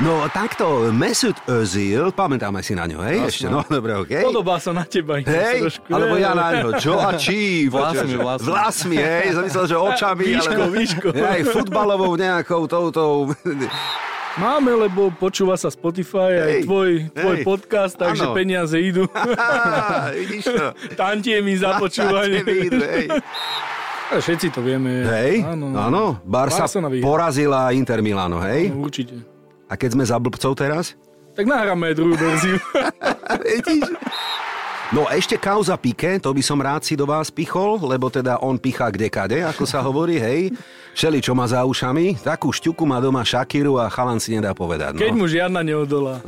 No takto, Mesut Özil, pamätáme si na ňo, hej? Ešte, no dobre, okej. Podobá Vlastne. sa na teba. inak Hej, trošku. alebo ja na ňo, čo a čí? Vlasmi, počúvaš? vlasmi. Vlasmi, hej, som myslel, že očami. Výškou, alebo- výškou. Hej, futbalovou nejakou toutou. Máme, lebo počúva sa Spotify aj Hej, tvoj, tvoj hej. podcast, takže Áno. peniaze idú. Á, Vidíš to? Tantie mi za počúvanie. Tebe idú, hej. Všetci to vieme. Hej, áno. no. áno, Barca Barcelona vyhrá. porazila Inter Milano, hej? No, určite. A keď sme za blbcov teraz? Tak nahráme aj druhú verziu. Vidíš? No ešte kauza Pike, to by som rád si do vás pichol, lebo teda on pichá kdekade, ako sa hovorí, hej. Všeli, čo má za ušami, takú šťuku má doma Shakiru a chalan si nedá povedať. Keď No. mu žiadna neodolá.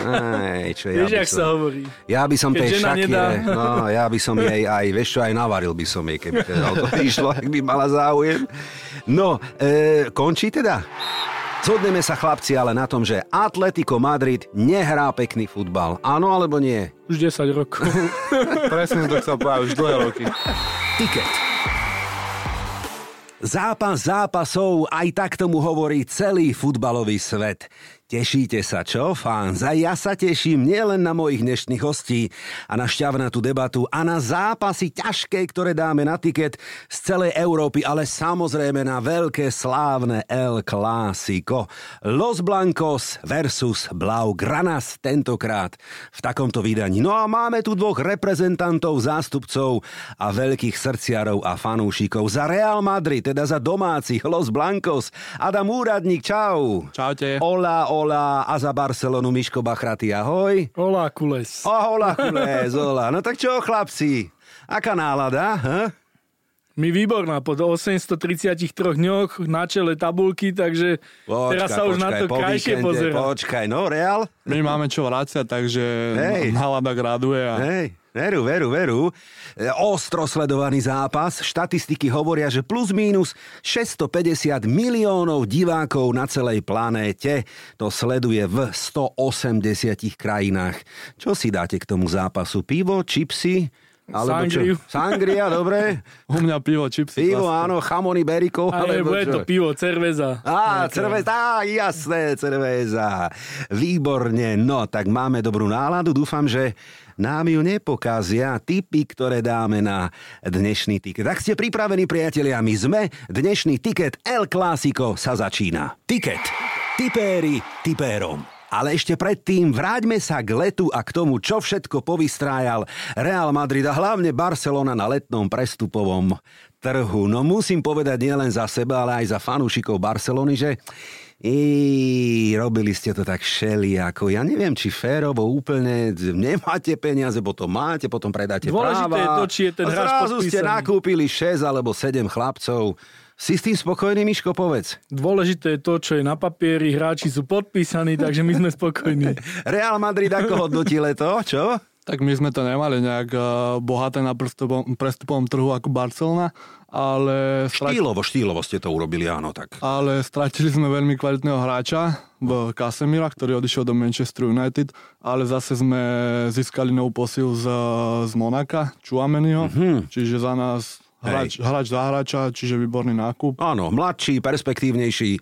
Ej, čo ja Vieš, by jak som- sa hovorí. Ja by som Keď tej žena šakire, nedá. no ja by som jej aj, vieš čo, aj navaril by som jej, keby teda o to išlo, ak by mala záujem. No, e, končí teda? Zhodneme sa chlapci ale na tom, že Atletico Madrid nehrá pekný futbal. Áno alebo nie? Už 10 rokov. Presne to chcel povedať už dlhé roky. Tiket. Zápas zápasov, aj tak tomu hovorí celý futbalový svet. Tešíte sa, čo, fans? A ja sa teším nielen na mojich dnešných hostí a na šťavnatú debatu a na zápasy ťažké, ktoré dáme na tiket z celej Európy, ale samozrejme na veľké slávne El Clásico. Los Blancos versus Blaugranas tentokrát v takomto vydaní. No a máme tu dvoch reprezentantov, zástupcov a veľkých srdciarov a fanúšikov za Real Madrid, teda za domácich Los Blancos. Adam Úradník, čau. Čaute. Ola, ola a za Barcelonu Miško Bachraty, ahoj. Olá, kules. Ahola, chules, ola. No tak čo, chlapci? Aká nálada? H? My výborná, po 833 dňoch na čele tabulky, takže teraz sa už na to po krajšie víkende, pozerá. Počkaj, no Real? My máme čo vrácať, takže Hej. nálada graduje a Hej, veru, veru, veru. E, Ostro sledovaný zápas. Štatistiky hovoria, že plus mínus 650 miliónov divákov na celej planéte to sleduje v 180 krajinách. Čo si dáte k tomu zápasu? Pivo, čipsy? Alebo Sangriu. Vlastne. Čo? Sangria, dobre. u mňa pivo, čipsy. Pivo, klasické. áno, chamony, berikov. Ale alebo bude čo? to pivo, cerveza. Á, cerveza, á, jasné, cerveza. Výborne, no tak máme dobrú náladu, dúfam, že nám ju nepokazia tipy, ktoré dáme na dnešný tiket. Ak ste pripravení, priatelia, my sme. Dnešný tiket El Clásico sa začína. Tiket. Tipéri tipérom. Ale ešte predtým vráťme sa k letu a k tomu, čo všetko povystrájal Real Madrid a hlavne Barcelona na letnom prestupovom trhu. No musím povedať nielen za seba, ale aj za fanúšikov Barcelony, že i robili ste to tak šeli, ako ja neviem, či férovo úplne nemáte peniaze, potom máte, potom predáte Dôležité práva. je to, či je ten A hráč Zrazu ste podpísaný. nakúpili 6 alebo 7 chlapcov. Si s tým spokojný, Miško, povedz. Dôležité je to, čo je na papieri, hráči sú podpísaní, takže my sme spokojní. Real Madrid ako hodnotí leto, čo? Tak my sme to nemali nejak eh, bohaté na prstupom- prestupovom trhu ako Barcelona, ale, strati- Štýlovo, štýlovo ste to urobili, áno, tak. ale stratili sme veľmi kvalitného hráča v Casemira, ktorý odišiel do Manchester United, ale zase sme získali novú posilu z, z Monaka, Chuameniho, Mhm. čiže za nás hráč, hráč za hráča, čiže výborný nákup. Áno, mladší, perspektívnejší, e,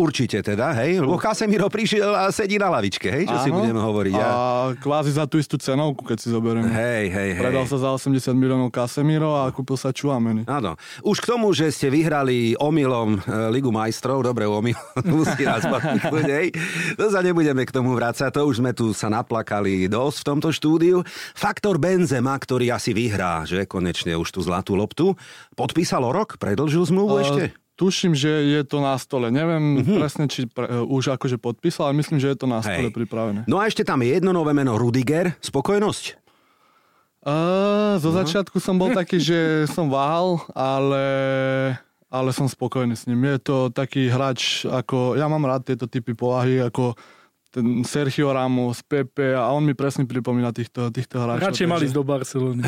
určite teda, hej? Lebo Casemiro prišiel a sedí na lavičke, hej? Čo si Áno. budeme hovoriť? A Ja? kvázi za tú istú cenovku, keď si zoberieme. Hej, hej, hej. Predal sa za 80 miliónov Casemiro a kúpil sa Chuameni. Áno. Už k tomu, že ste vyhrali omylom e, Ligu majstrov, dobre omyl, musí nás pamätnúť, hej. To sa nebudeme k tomu vrácať, to už sme tu sa naplakali dosť v tomto štúdiu. Faktor Benzema, ktorý asi vyhrá, že konečne už tú zlatú loptu, podpísal o rok, predlžil zmluvu ešte? Tuším, že je to na stole. Neviem presne, či pre, e, už akože podpísal, ale myslím, že je to na stole pripravené. No a ešte tam je jedno nové meno, Rudiger, spokojnosť? Uh, zo začiatku som bol taký, že som váhal, ale, ale som spokojný s ním. Je to taký hráč, ako ja mám rád tieto typy povahy, ako ten Sergio Ramos, Pepe a on mi presne pripomína týchto, týchto hráčov. Radšej mali ísť do Barcelony.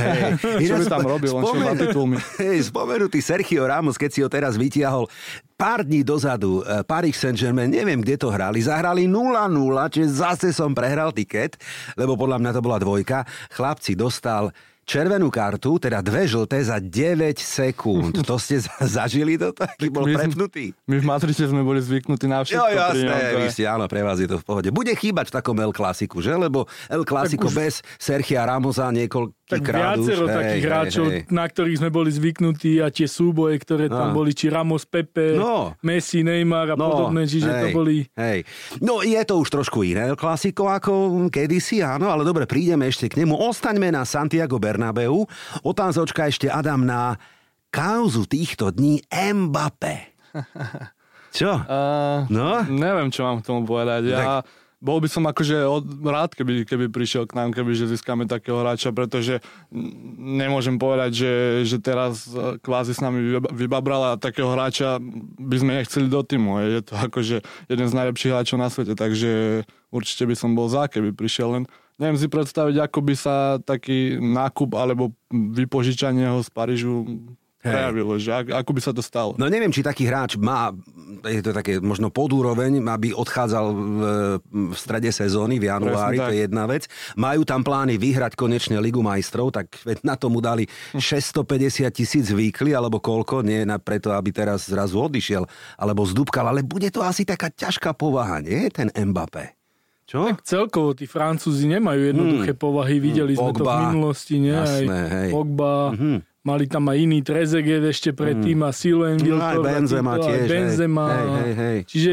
Čo by tam robil, on šiel za spomenú- titulmi. Hej, spomenutý Sergio Ramos, keď si ho teraz vytiahol pár dní dozadu, e, Paris Saint-Germain, neviem, kde to hrali, zahrali 0-0, čiže zase som prehral tiket, lebo podľa mňa to bola dvojka. Chlapci dostal červenú kartu, teda dve žlté za 9 sekúnd. To ste za- zažili toto? Aký bol My sme- prepnutý? My v Matrice sme boli zvyknutí na všetko. Jo, pri jasné, ňom, to je- vy ste, áno, pre vás je to v pohode. Bude chýbať v takom El Clasiku, že? Lebo El Clasico bez Sergia Ramosa Tak niekoľkýkrát už. viacero takých hráčov, na ktorých sme boli zvyknutí a tie súboje, ktoré tam No. boli, či Ramos, Pepe, No. Messi, Neymar a podobné, čiže to hej, boli... Hej. No je to už trošku iné klasiko ako kedysi, áno, ale dobre, prídeme ešte k nemu. Ostaňme na Santiago Bernabeu. Otázočka ešte Adam na kauzu týchto dní Mbappé. Čo? A- No? Neviem, čo mám k tomu povedať. Ja bol by som akože od, rád, keby, keby prišiel k nám, keby že získame takého hráča, pretože mm, nemôžem povedať, že, že teraz e, kvázi s nami vyba- vybabrala takého hráča, by sme nechceli do týmu. Je to akože jeden z najlepších hráčov na svete, takže určite by som bol za, keby prišiel len. Neviem si predstaviť, ako by sa taký nákup alebo vypožičanie ho z Parížu Hej. prejavilo, že ak- ako by sa to stalo. No neviem, či taký hráč má, je to také možno podúroveň, aby odchádzal v, v strede sezóny, v januári, Presne to tak. je jedna vec. Majú tam plány vyhrať konečne Ligu majstrov, tak veď na tomu dali Hm. 650 tisíc výkly, alebo koľko, nie na preto, aby teraz zrazu odišiel, alebo zdúbkal, ale bude to asi taká ťažká povaha, nie, ten Mbappé? Čo? Celkovo tí Francúzi nemajú jednoduché povahy, videli sme Hmm. to v Pogba. minulosti, nie? Jasné, hej. Mhm. aj Pogba, mali tam aj iný Trezeguet ešte predtým a Sylvain No, aj Wiltord a Benzema títo, aj tiež, hej. Benzema. Hej, hej, hej. Čiže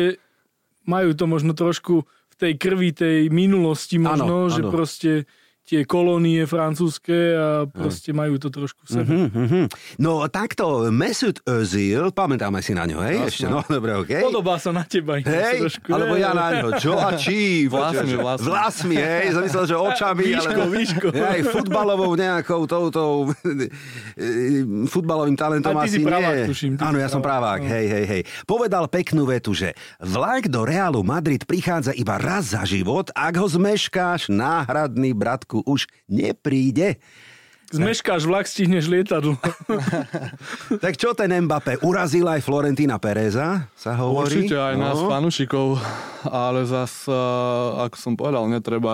majú to možno trošku v tej krvi, tej minulosti Áno, možno, že áno. proste tie kolónie francúzske a proste majú to trošku v sebe. Mhm. No takto, Mesut Özil, pamätáme si na ňo, hej? Ešte, no dobre, okej. Podobá sa na teba. inak Hej, trošku, alebo ne? ja na ňo. Čo a čí? Vlasmi, Počúvaš, vlasmi. Vlasmi, hej, som myslel, že očami. Výškou, výškou. Hej, futbalovou nejakou touto e, futbalovým talentom A ty asi si pravák, nie. tuším, ty Áno, si ja som právák, pravák, no. hej, hej, hej. Povedal peknú vetu, že vlak do Realu Madrid prichádza iba raz za život, ak ho zmeškáš, náhradný bratku už nepríde. Zmeškáš vlak, stihneš lietadlo. Tak čo ten Mbappé? Urazil aj Florentina Pereza, sa hovorí? No. Určite aj nás, fanúšikov, ale zas, e, ako som povedal, netreba,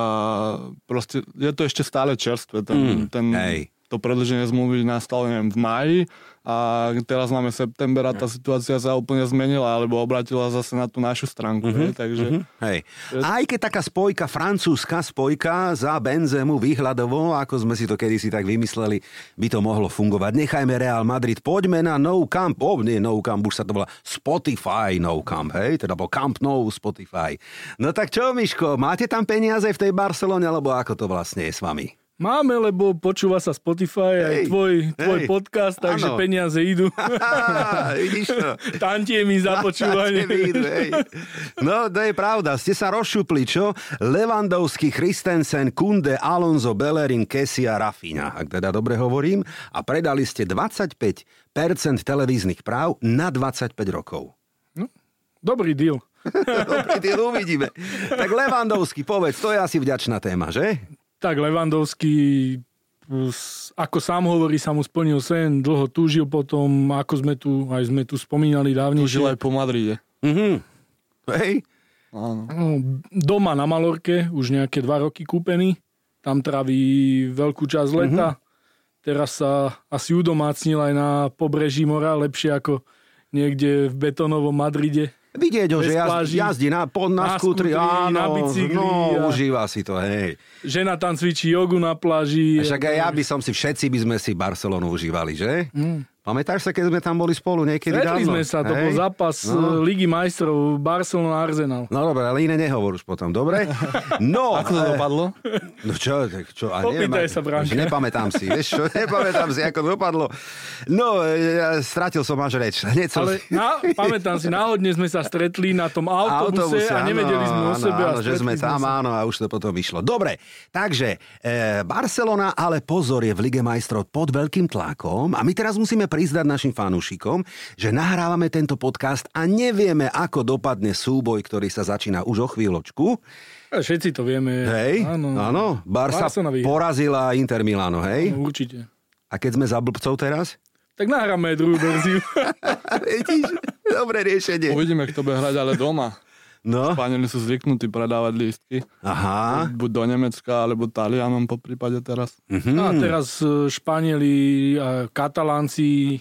proste, je to ešte stále čerstvé, ten, ten, Mm, hej. to predlženie zmluvy nastalo, neviem, v máji a teraz máme september a tá situácia sa úplne zmenila, alebo obratila zase na tú našu Mhm, stránku, hej, takže... Hej. Aj keď taká spojka, francúzska spojka za Benzemu výhľadovo, ako sme si to kedysi tak vymysleli, by to mohlo fungovať. Nechajme Real Madrid, poďme na No Camp, oh, nie No Camp, už sa to volá Spotify No Camp, hej, teda po Camp No Spotify. No tak čo, Miško, máte tam peniaze v tej Barcelone, alebo ako to vlastne je s vami? Máme, lebo počúva sa Spotify, aj Hej, tvoj, tvoj hej, podcast, takže áno. peniaze idú. Á, vidíš to? Tantie mi za Ste počúvanie. vidno, hej. No, to je pravda. Ste sa rozšupli, čo? Levandovský, Christensen, Kunde, Alonso, Bellerin, Kessi a Rafinha, ak teda dobre hovorím. A predali ste 25% televíznych práv na 25 rokov. Dobrý deal. Dobrý deal, uvidíme. Tak Levandovský, povedz, to je asi vďačná téma, že? Tak Levandovský, s- ako sám hovorí, sa mu splnil sen, dlho túžil potom, ako sme tu, aj sme tu spomínali Užil aj dávnejšie. po Madride. Mhm. Hej, Áno. No, Doma na Malorke, už nejaké dva roky kúpený. Tam traví veľkú časť Mhm. leta. Teraz sa asi udomácnil aj na pobreží mora, lepšie ako niekde v betonovom Madride. vidieť ho, Bez že pláží. jazdí, jazdí na, pod, na, Na skútri, skútri, áno, na bicykli no, a- užíva si to, hej. Žena tam cvičí jogu na pláži. A Však aj ja by som si, všetci by sme si Barcelonu užívali, že? Mm. Pamätáš sa, keď sme tam boli spolu niekedy Stretli dávno? sme sa, to bol Hej? zápas No. no. Ligy majstrov Barcelona-Arsenal. No dobre, ale iné nehovor už potom, dobre? No, Ako to eh, dopadlo? no čo, tak čo, a Opýtaj ak- sa, Branka. Nepamätám si, vieš čo, nepamätám si, ako dopadlo. No, eh, ja stratil som až reč, hneď som... Ale na, pamätám si, náhodne sme sa stretli na tom autobuse, a nevedeli sme o áno, sebe. áno, a že sme stretli tam, sa. áno, a už to potom vyšlo. Dobre, takže e, Barcelona, ale pozor, je v Lige majstrov pod veľkým tlakom a my teraz musíme priznať našim fanúšikom, že nahrávame tento podcast a nevieme, ako dopadne súboj, ktorý sa začína už o chvíľočku. A Všetci to vieme. Hej, áno, áno Barca Barcelona vyhrá. porazila Inter Milano, hej? No, určite. A keď sme za blbcov teraz? Tak nahráme aj druhú verziu. Vidíš? Dobré riešenie. Uvidíme, kto bude hrať ale doma. No, Španieli sú zvyknutí predávať lístky. aha. Buď do Nemecka, alebo Talianom po prípade teraz. Mhm. No a teraz e, Španieli a Katalánci, e,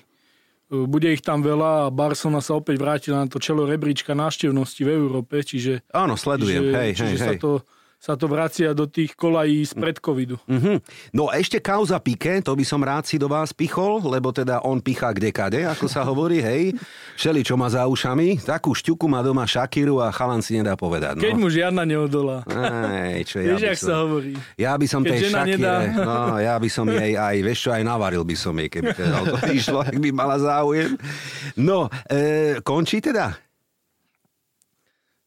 bude ich tam veľa a Barcelona sa opäť vrátila na to čelo rebríčka návštevnosti v Európe, čiže, Áno, sledujem, hej, čiže, hej, čiže sa, hej. to, sa to vracia do tých kolají spred covidu. Mhm. No ešte kauza Pike, to by som rád si do vás pichol, lebo teda on pichá kdekade, ako sa hovorí, hej. Všeli, čo má za ušami, takú šťuku má doma Šakiru a chalan si nedá povedať. Keď No. mu žiadna neodolá. Aj, čo ja Vieš, by jak sa som... hovorí. Ja by som Keď tej žena Shakire, nedá. no, ja by som jej aj, vieš čo, aj navaril by som jej, keby teda o to išlo, ak by mala záujem. No, e, končí teda?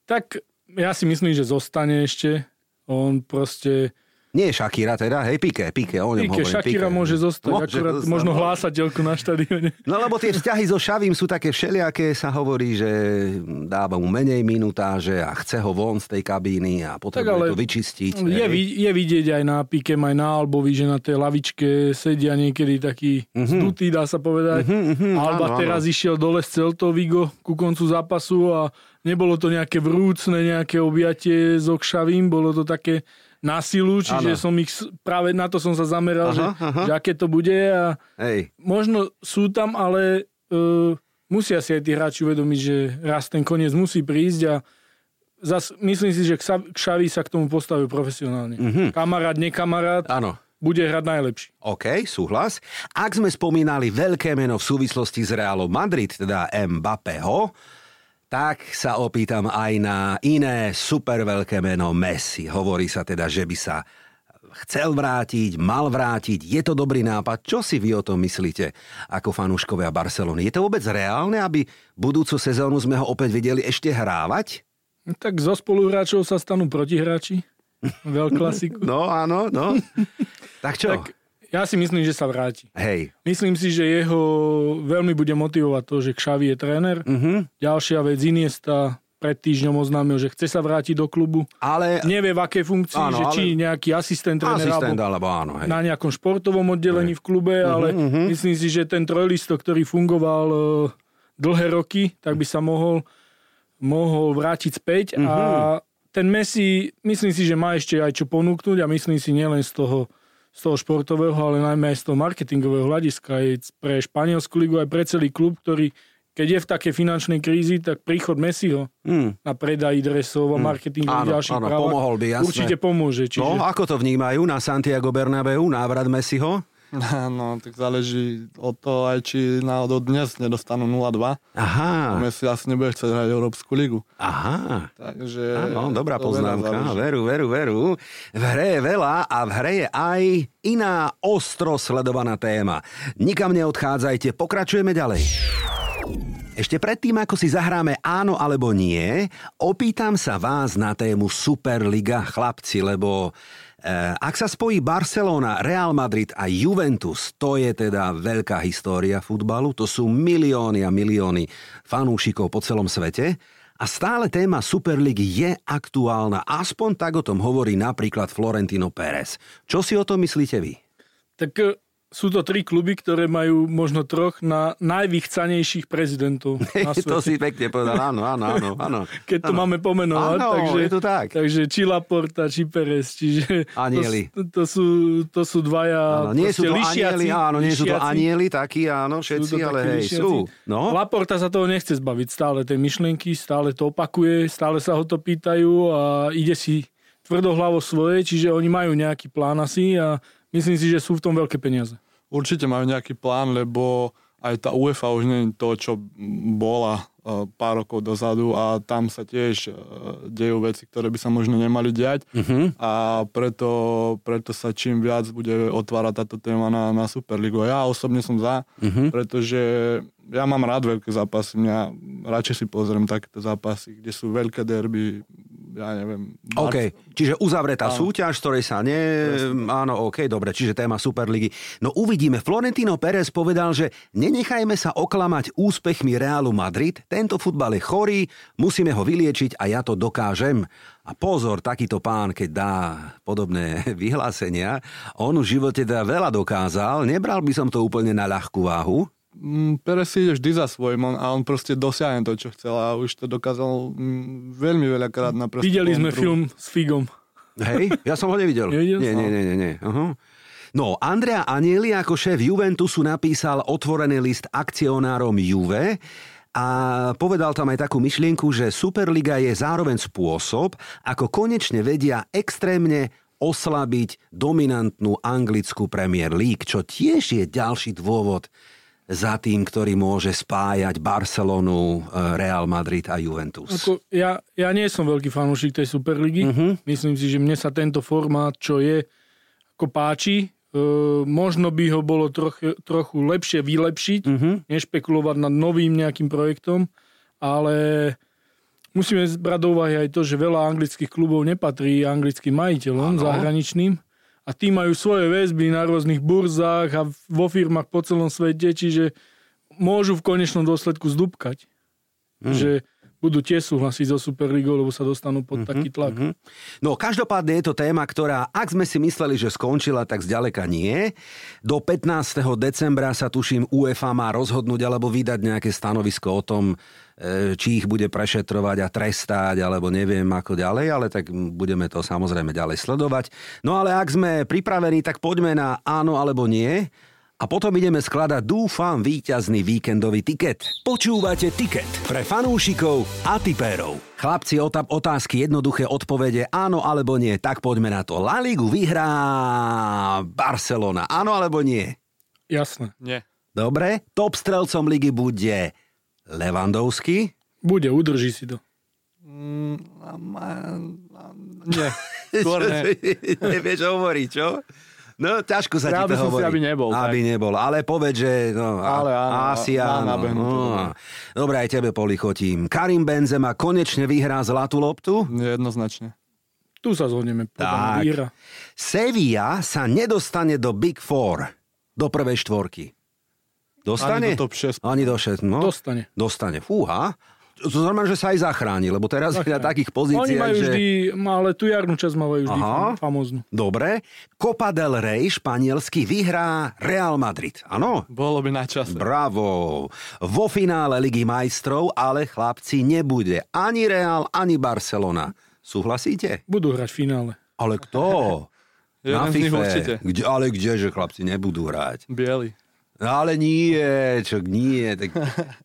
Tak ja si myslím, že zostane ešte. On proste... Nie Shakira teda, hej, Pike, Pike, o ňom Pike, hovorím. Piqué. Shakira môže zostať, Môže akurát zostať, možno no. hlásateľku na štadióne. No lebo tie vzťahy so Šavím sú také všelijaké, sa hovorí, že dáva mu menej minutáže a chce ho von z tej kabíny a potrebuje ale to vyčistiť. Je, hej. vi- je vidieť aj na Pikem, aj na Albovi, že na tej lavičke sedia niekedy taký mm-hmm. zdutý, dá sa povedať. Mhm. Mm-hmm, Alba áno, áno. áno, teraz išiel dole z Celto Vigo ku koncu zápasu a nebolo to nejaké vrúcne, nejaké objatie s Okšavým, bolo to také na silu, Áno. čiže som ich, s- práve na to som sa zameral, Aha, že, aha. že aké to bude a Hej. možno sú tam, ale e, musia si aj tí hráči uvedomiť, že raz ten koniec musí prísť a zas, myslím si, že Xa- Xavi sa k tomu postavil Mhm. profesionálne. Mm-hmm. Kamarát, nekamarát, Áno. bude hrať najlepší. OK, súhlas. Ak sme spomínali veľké meno v súvislosti s Realom Madrid, teda Mbappého, tak sa opýtam aj na iné super veľké meno Messi. Hovorí sa teda, že by sa chcel vrátiť, mal vrátiť, je to dobrý nápad. Čo si vy o tom myslíte ako fanúškovia Barcelony? Je to vôbec reálne, aby budúcu sezónu sme ho opäť videli ešte hrávať? No, Tak zo spoluhráčov sa stanú protihráči. Veľklasiku. No, áno, no. tak čo? Tak ja si myslím, že sa vráti. Hej. Myslím si, že jeho veľmi bude motivovať to, že Xavi je tréner. Mhm. Ďalšia vec, Iniesta pred týždňom oznámil, že chce sa vrátiť do klubu. Ale... nevie v akej funkcii, Áno, áno, že či ale- nejaký asistent trénera Asistent, alebo alebo áno, hej. Mhm, na nejakom športovom oddelení v klube, ale myslím si, že ten trojlistok, ktorý fungoval e, dlhé roky, tak by sa mohol, mohol vrátiť späť Mhm. a ten Messi, myslím si, že má ešte aj čo ponúknuť a myslím si nielen z toho z toho športového, ale najmä aj z toho marketingového hľadiska. Aj pre Španielsku ligu, aj pre celý klub, ktorý keď je v takej finančnej krízi, tak príchod Messiho Mm. na predaji dresov a marketing a Áno, ďalších áno, právach. pomohol by, jasné. Určite pomôže. Čiže, No, ako to vnímajú na Santiago Bernabeu, návrat Messiho? No, tak záleží od toho aj, či náhodou dnes nedostanú 0-2. Aha, Messi asi nebude chcieť hrať Európsku ligu. aha. Takže... Áno, dobrá to veľa poznámka. záleží. Veru, veru, veru. V hre je veľa a v hre je aj iná ostro sledovaná téma. Nikam neodchádzajte, pokračujeme ďalej. Ešte predtým, ako si zahráme áno alebo nie, opýtam sa vás na tému Superliga chlapci, lebo eh, ak sa spojí Barcelona, Real Madrid a Juventus, to je teda veľká história futbalu, to sú milióny a milióny fanúšikov po celom svete. A stále téma Superligy je aktuálna, aspoň tak o tom hovorí napríklad Florentino Pérez. Čo si o tom myslíte vy? tak e, sú to tri kluby, ktoré majú možno troch na najvychcanejších prezidentov na svete. to si pekne povedal, áno, áno, áno. áno. keď to máme pomenovať. Áno, takže, je to tak. Takže či Laporta, či Perez, čiže... Anieli. To, to, sú, to sú dvaja Áno, nie sú proste to lišiaci, anieli, áno, nie sú to lišiaci. anieli takí, áno, všetci, Sú to ale takí hej, lišiaci. sú. No, Laporta sa toho nechce zbaviť stále, tej myšlienky, stále to opakuje, stále sa ho to pýtajú a ide si tvrdohlavo svoje, čiže oni majú nejaký plán asi a myslím si, že sú v tom veľké peniaze. Určite majú nejaký plán, lebo aj tá UEFA už nie je to, čo bola e, pár rokov dozadu a tam sa tiež e, dejú veci, ktoré by sa možno nemali diať a preto, preto sa čím viac bude otvárať táto téma na, na Superligu. Ja osobne som za, pretože ja mám rád veľké zápasy, mňa radšej si pozriem takéto zápasy, kde sú veľké derby, ja neviem. OK, čiže uzavretá súťaž, z ktorej sa ne... Áno, OK, dobre, čiže téma Superligy. No uvidíme, Florentino Pérez povedal, že nenechajme sa oklamať úspechmi Realu Madrid, tento futbal je chorý, musíme ho vyliečiť a ja to dokážem. A pozor, takýto pán, keď dá podobné vyhlásenia, on v živote teda veľa dokázal, nebral by som to úplne na ľahkú váhu. mm, Perez si ide vždy za svojím on, a on proste dosiahne to, čo chcel a už to dokázal mm, veľmi veľakrát na prstu. Videli sme kontru. film s Figom. Hej, ja som ho nevidel. Nevidel nie, som. nie, nie, nie, nie. Aha. No, Andrea Agnelli ako šéf Juventusu napísal otvorený list akcionárom Juve a povedal tam aj takú myšlienku, že Superliga je zároveň spôsob, ako konečne vedia extrémne oslabiť dominantnú anglickú Premier League, čo tiež je ďalší dôvod za tým, ktorý môže spájať Barcelonu, e, Real Madrid a Juventus. Ako, ja, ja nie som veľký fanúšik tej Superligy. Uh-huh. Myslím si, že mne sa tento formát, čo je, ako páči. E, možno by ho bolo troch, trochu lepšie vylepšiť, uh-huh. nešpekulovať nad novým nejakým projektom, ale musíme brať do úvahy aj to, že veľa anglických klubov nepatrí anglickým majiteľom Áno. zahraničným a tí majú svoje väzby na rôznych burzách a vo firmách po celom svete, čiže môžu v konečnom dôsledku zdúbkať. Hm. Mm. Že budú tie súhlasiť so Superligou, lebo sa Mhm, dostanú pod mm-hmm, taký tlak. Mm-hmm. No každopádne je to téma, ktorá, ak sme si mysleli, že skončila, tak zďaleka nie. Do 15. decembra sa tuším UEFA má rozhodnúť alebo vydať nejaké stanovisko o tom, e, či ich bude prešetrovať a trestať, alebo neviem ako ďalej, ale tak budeme to samozrejme ďalej sledovať. No ale ak sme pripravení, tak poďme na áno alebo nie. A potom ideme skladať, dúfam, víťazný víkendový tiket. Počúvate tiket pre fanúšikov a tipérov. Chlapci, otap otázky, jednoduché odpovede, áno alebo nie, tak poďme na to. La Ligu vyhrá Barcelona, áno alebo nie? Jasné. Nie. Dobre, top strelcom ligy bude Levandovský. Bude, udrží si to. Nie. Skôr nie. Nevieš hovoriť, čo? No, ťažko sa Ja ti by to som si, hovorí. aby nebol, Aby nebol, ale povedz, že... No, a- Ale áno, asi má áno. nabehnuté, no. Dobre, aj tebe polichotím. Karim Benzema konečne vyhrá zlatú loptu. Nie, Jednoznačne. Tu sa zhodneme. podľa Tak. Víra. Sevilla sa nedostane do Big Four, do prvej štvorky. Dostane? Ani do top 6. Ani do 6, no. Dostane. Dostane, fúha. To znamená, že sa aj zachráni, lebo teraz je na Zachráni. takých Oni pozíciách, majú že... vždy, no, ale tú jarnú časť majú vždy Aha. fam- famóznu. Dobre. Copa del Rey španielsky vyhrá Real Madrid. Áno? Bolo by na čase. Bravo. Vo finále Ligy majstrov ale chlapci nebude ani Real, ani Barcelona. Súhlasíte? Budú hrať v finále. Ale kto? Jeden z nich určite. Kde, ale kdeže chlapci nebudú hrať? Bielý. No ale nie, čo nie. Tak...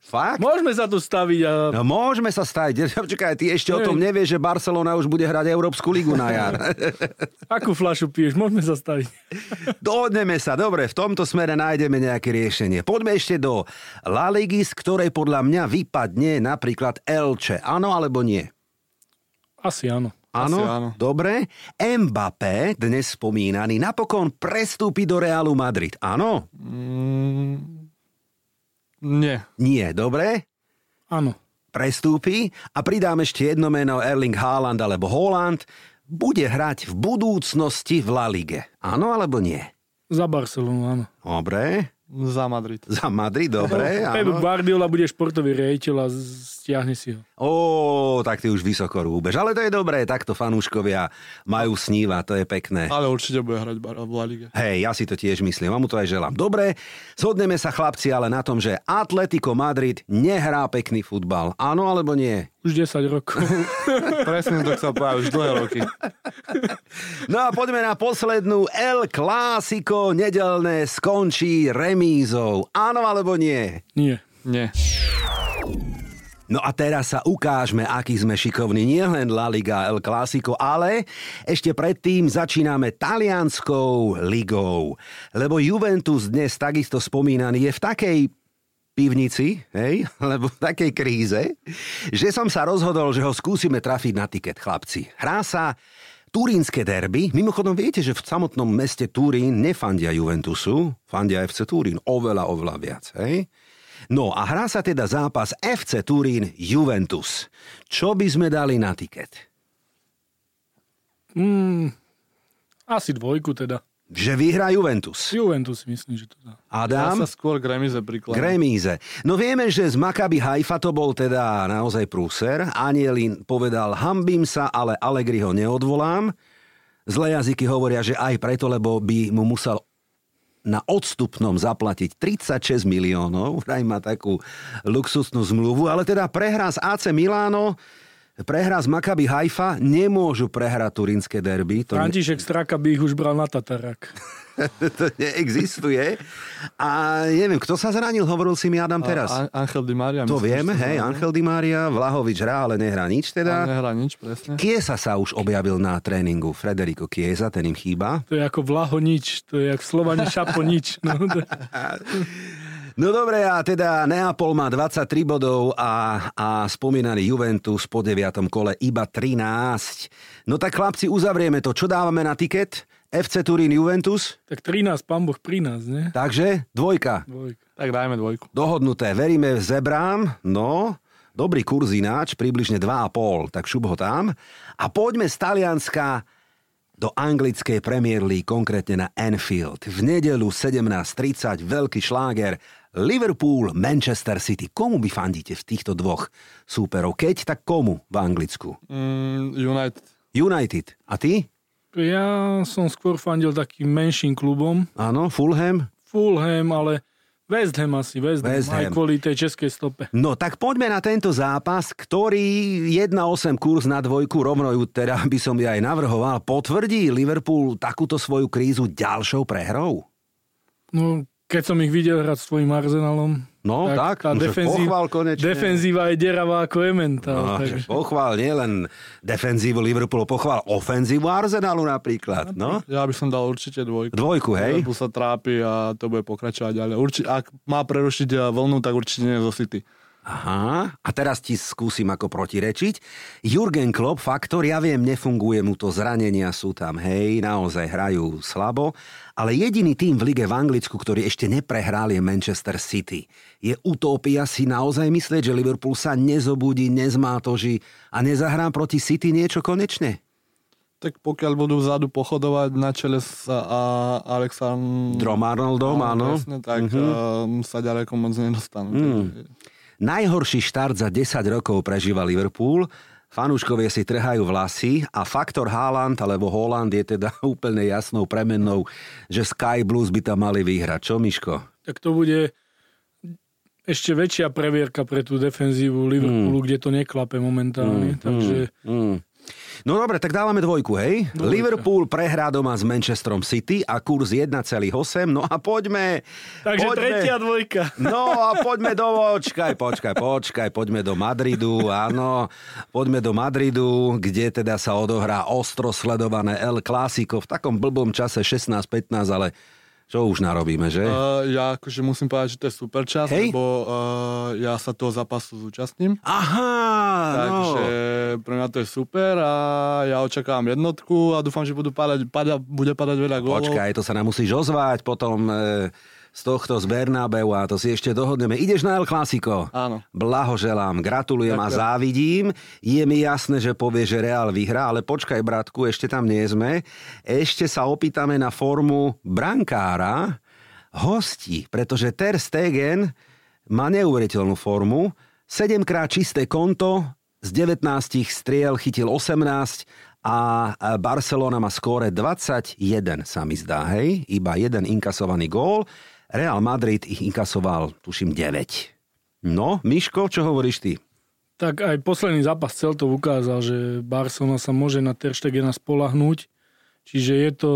Fakt? Môžeme sa tu staviť a No môžeme sa stať. Počkaj, ty ešte o tom nevieš, že Barcelona už bude hrať Európsku ligu na jar. akú flašu piješ, môžeme sa staviť. Dohodneme sa, dobre, v tomto smere nájdeme nejaké riešenie. Poďme ešte do La Ligy, z ktorej podľa mňa vypadne napríklad Elche. Áno alebo nie? Asi áno. Áno, Asi áno. dobre. Mbappé, dnes spomínaný, napokon prestúpi do Realu Madrid. Áno? Mm, nie. Nie, dobre. Áno. Prestúpi a pridám ešte jedno meno Erling Haaland alebo Haaland. Bude hrať v budúcnosti v La Lige. Áno alebo nie? Za Barcelonu, áno. Dobre. Za Madrid. Za Madrid, dobre. Pep Áno. Guardiola bude športový riaditeľ a z- stiahne si ho. Ó, tak ty už vysoko rúbeš. Ale to je dobré, takto fanúškovia majú sníva, to je pekné. Ale určite bude hrať bar- v La Lige. Hej, ja si to tiež myslím, a mu to aj želám. Dobre, shodneme sa chlapci ale na tom, že Atletico Madrid nehrá pekný futbal. Áno alebo nie? Už 10 rokov. Presne to sa povedal už dlhé roky. No a poďme na poslednú. El Clásico nedelné skončí remízou. Áno alebo nie? Nie. Nie. No a teraz sa ukážme, aký sme šikovní. Nie len La Liga El Clásico, ale ešte predtým začíname talianskou ligou. Lebo Juventus dnes takisto spomínaný je v takej pivnici, hej, alebo v takej kríze, že som sa rozhodol, že ho skúsime trafiť na tiket, chlapci. Hrá sa Turínske derby. Mimochodom, viete, že v samotnom meste Turín nefandia Juventusu, fandia FC Turín oveľa, oveľa viac, hej? No a hrá sa teda zápas FC Turín Juventus. Čo by sme dali na tiket? Mm, asi dvojku teda. Že vyhrá Juventus. Juventus si myslím, že to dá. Ja Adam? sa skôr k remize prikladám. Gremíze. No vieme, že z Maccabi Haifa to bol teda naozaj prúser. Anielin povedal, hambím sa, ale Allegri ho neodvolám. Zlé jazyky hovoria, že aj preto, lebo by mu musel na odstupnom zaplatiť 36 miliónov. Vraj má takú luxusnú zmluvu, ale teda prehra z AC Milano, prehra z Maccabi Haifa, nemôžu prehrať turínske derby. To, ne, František Straka by ich už bral na Tatarak. to neexistuje. A neviem, kto sa zranil, hovoril si mi Adam teraz. A, a- Angel Di Maria. to myslím, že vieme, sa hej, zranil. Angel Di Maria, Vlahovič hrá, ale nehrá nič A teda. Nehrá nič, presne. Kiesa sa už objavil na tréningu. Frederico Kiesa, ten im chýba. To je ako vlaho nič, to je ako slovani šapo nič. No, to, No dobre, a teda Neapol má 23 bodov a, a spomínaný Juventus po 9. kole iba 13. No tak chlapci, uzavrieme to. Čo dávame na tiket? FC Turín Juventus, tak 13, pán Boh pri nás, ne? takže dvojka. Dvojka. Tak dajme dvojku. Dohodnuté, veríme v zebrám, no, dobrý kurz ináč, približne 2,5, tak šup ho tam. A poďme z Talianska do anglickej Premier League, konkrétne na Anfield. V nedelu 17.30, veľký šláger, Liverpool, Manchester City. Komu by fandíte v týchto dvoch súperov? Keď, tak komu v Anglicku? Mm, United. United. A ty? Ja som skôr fandil takým menším klubom. Áno, Fulham? Fulham, ale West Ham asi, West Ham, West West aj Ham. kvôli tej českej stope. No tak poďme na tento zápas, ktorý 1-8 kurz na dvojku, rovno ju teda by som ja aj navrhoval. Potvrdí Liverpool takúto svoju krízu ďalšou prehrou? No, keď som ich videl hrať s tvojim Arsenalom, No tak, tá no, že defenzíva, pochvál konečne. defenzíva je deravá ako Emmental. No, No, že pochvál nielen defenzívu Liverpoolu, pochvál ofenzívu Arsenalu napríklad. No? Ja by som dal určite dvojku. Dvojku, hej? Liverpool sa trápi a to bude pokračovať ďalej. Urči, ak má prerušiť eh, vlnu, tak určite nie zo City. Aha, a teraz ti skúsim ako protirečiť. Jurgen Klopp, faktor, ja viem, nefunguje mu to, zranenia sú tam, hej, naozaj hrajú slabo, ale jediný tým v lige v Anglicku, ktorý ešte neprehrál je Manchester City. Je utópia si naozaj myslieť, že Liverpool sa nezobudí, nezmátoží a nezahrá proti City niečo konečne? Tak pokiaľ budú vzadu pochodovať na čele s a, a Alexandrom Drom Arnoldom, áno. Mhm. Presne, tak mm-hmm. sa ďaleko moc nedostanú. Mm. Najhorší štart za 10 rokov prežíva Liverpool. Fanúškovie si trhajú vlasy a faktor Haaland alebo Holland je teda úplne jasnou premennou, že Sky Blues by tam mali vyhrať. Čo, Miško? tak to bude ešte väčšia previerka pre tú defenzívu Liverpoolu, kde to neklape momentálne. takže Mm. No dobre, tak dávame dvojku, hej? Dvojka. Liverpool prehrá doma s Manchesterom City a kurz 1,8. No a poďme. takže poďme. tretia dvojka. No a poďme do... Počkaj, počkaj, počkaj, poďme do Madridu, áno. Poďme do Madridu, kde teda sa odohrá ostro sledované El Clásico v takom blbom čase 16-15, ale čo už narobíme, že? Uh, ja akože musím povedať, že to je super čas, Hej. lebo uh, ja sa toho zápasu zúčastním. Aha, no. Takže pre mňa to je super a ja očakávam jednotku a dúfam, že budú padať, pada, bude padať veľa no. gólov. Počkaj, to sa nám musíš ozvať potom e, z tohto z Bernabeu a to si ešte dohodneme. Ideš na El Clásico? Áno. Blahoželám, gratulujem a závidím. Je mi jasné, že povie, že Real vyhrá, ale počkaj, bratku, ešte tam nie sme. Ešte sa opýtame na formu brankára hostí, pretože Ter Stegen má neuveriteľnú formu, 7 krát čisté konto, z 19 striel chytil 18 a e, Barcelona má skóre 21, sa mi zdá, hej? Iba jeden inkasovaný gól. Real Madrid ich inkasoval, tuším, 9. No, Miško, čo hovoríš ty? Tak aj posledný zápas Celtov ukázal, že Barcelona sa môže na Ter Stegena spolahnúť. Čiže je to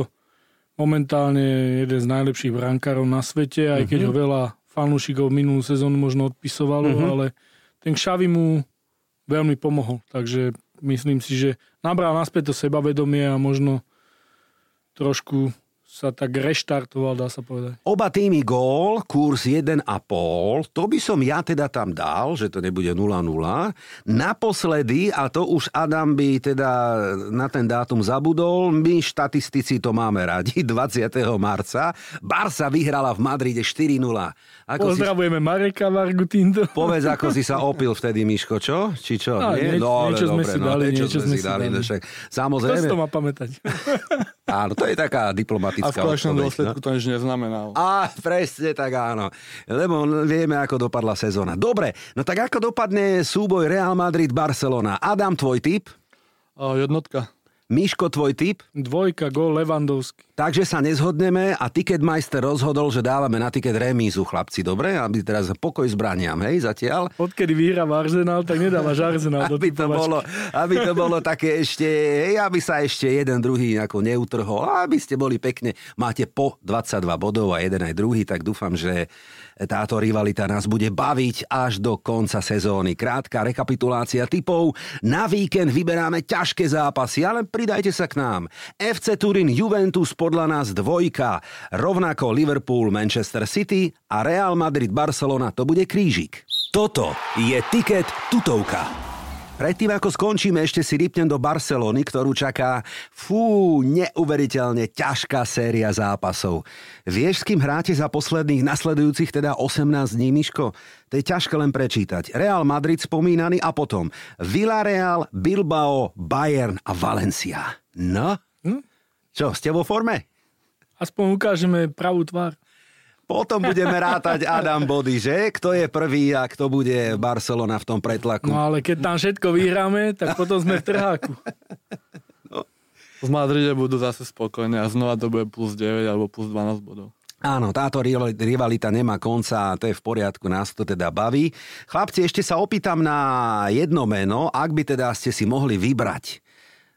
momentálne jeden z najlepších brankárov na svete, aj keď Mhm. ho veľa fanúšikov minulú sezónu možno odpisovalo, ale ten Xavi mu veľmi pomohol. Takže myslím si, že nabral naspäť to sebavedomie a možno trošku sa tak reštartoval, dá sa povedať. Oba týmy gól, kurz 1,5, to by som ja teda tam dal, že to nebude 0-0. Naposledy, a to už Adam by teda na ten dátum zabudol, my štatistici to máme radi, 20. marca. Barca vyhrala v Madride 4-0. Ako si, Pozdravujeme Mareka Vargu týmto. povedz, ako si sa opil vtedy, Miško, čo? Či čo? No, Nie? nieč- ale niečo sme si dali, niečo sme si dali. no však Kto Samozrejme, si to má pamätať? áno, to je taká diplomatická A v odpoveď, konečnom no. dôsledku to nič neznamená. A presne tak áno. Lebo vieme, ako dopadla sezóna. Dobre, no tak ako dopadne súboj Real Madrid-Barcelona? Adam, tvoj tip? A Eh, jednotka. Miško, tvoj tip? Dvojka, gol Levandovský. Takže sa nezhodneme a Ticketmeister rozhodol, že dávame na tiket remízu, chlapci, dobre? Aby teraz pokoj zbraniam, hej, zatiaľ. Odkedy vyhráva Arsenal, tak nedávaš Arsenal do Aby to, typovačky. bolo, aby to bolo také ešte, hej, aby sa ešte jeden druhý nejako neutrhol, a aby ste boli pekne. Máte po 22 bodov a jeden aj druhý, tak dúfam, že táto rivalita nás bude baviť až do konca sezóny. Krátka rekapitulácia typov. Na víkend vyberáme ťažké zápasy, ale pridajte sa k nám. FC Turin Juventus podľa nás dvojka, rovnako Liverpool Manchester City a Real Madrid Barcelona to bude krížik. Toto je tiket tutovka. Predtým, ako skončíme, ešte si rýpnem do Barcelony, ktorú čaká fú, neuveriteľne ťažká séria zápasov. Vieš, s kým hráte za posledných nasledujúcich teda 18 dní, Miško? To je ťažké len prečítať. Real Madrid spomínaný a potom Villarreal, Bilbao, Bayern a Valencia. No? Hm? Čo, ste vo forme? Aspoň ukážeme pravú tvár. Potom budeme rátať Adam Body, že? Kto je prvý a kto bude Barcelona v tom pretlaku? No ale keď tam všetko vyhráme, tak potom sme v trháku. V Madride budú zase spokojní a znova to bude plus 9 alebo plus 12 bodov. Áno, táto rival- rivalita nemá konca a to je v poriadku, nás to teda baví. Chlapci, ešte sa opýtam na jedno meno, ak by teda ste si mohli vybrať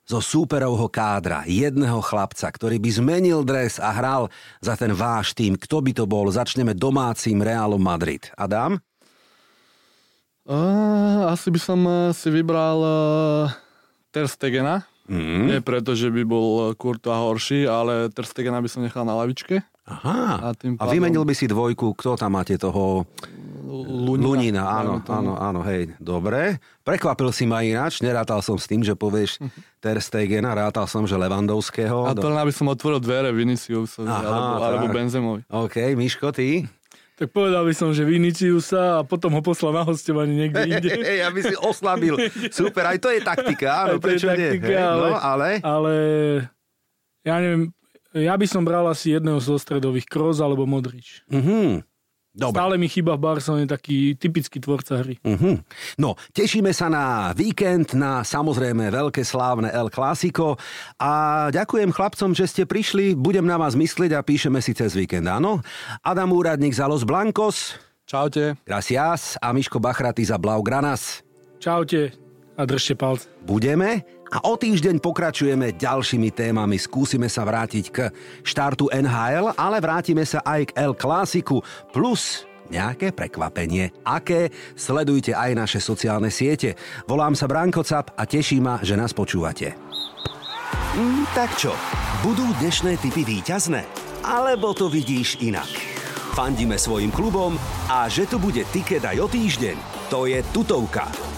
zo súperovho kádra jedného chlapca, ktorý by zmenil dres a hral za ten váš tým, kto by to bol? Začneme domácim Realom Madrid. Adam? Uh, asi by som eh, si vybral uh, Ter Stegena. Mm. Nie preto, že by bol Kurto horší, ale Ter Stegena by som nechal na lavičke. Aha. A, A a tým pádom- vymenil by si dvojku, kto tam máte toho? Lunina. Lunina, áno, Dajme tomu. áno, áno, hej, dobre. Prekvapil si ma ináč, nerátal som s tým, že povieš Ter Stegena, rátal som, že Levandovského. A to len aby som otvoril dvere Viniciusovi Aha, alebo, alebo tak. Benzemovi. OK, Miško, ty? Tak povedal by som, že Viniciusa a potom ho poslal na hostovanie niekde inde. Hej, aby si oslabil. Super, aj to je taktika, áno, Aj to je prečo nie? taktika, Hej, ale- No, ale... Ale ja neviem, ja by som bral asi jedného zo stredových, Kroos alebo Modrič. Mhm. Dobre. Stále mi chýba v Barcelone taký typický tvorca hry. Mhm. No, tešíme sa na víkend, na samozrejme veľké slávne El Clásico a ďakujem chlapcom, že ste prišli, budem na vás myslieť a píšeme si cez víkend, áno? Adam Úradník za Los Blancos, Čaute. Gracias a Miško Bachraty za Blaugranas. Čaute a držte palce. Budeme a o týždeň pokračujeme ďalšími témami. Skúsime sa vrátiť k štartu NHL, ale vrátime sa aj k El Clásiku plus nejaké prekvapenie. Aké? Sledujte aj naše sociálne siete. Volám sa Branko Cap a teší ma, že nás počúvate. Mm, tak čo, budú dnešné typy výťazné? Alebo to vidíš inak? Fandíme svojim klubom a že tu bude tiket aj o týždeň, to je tutovka.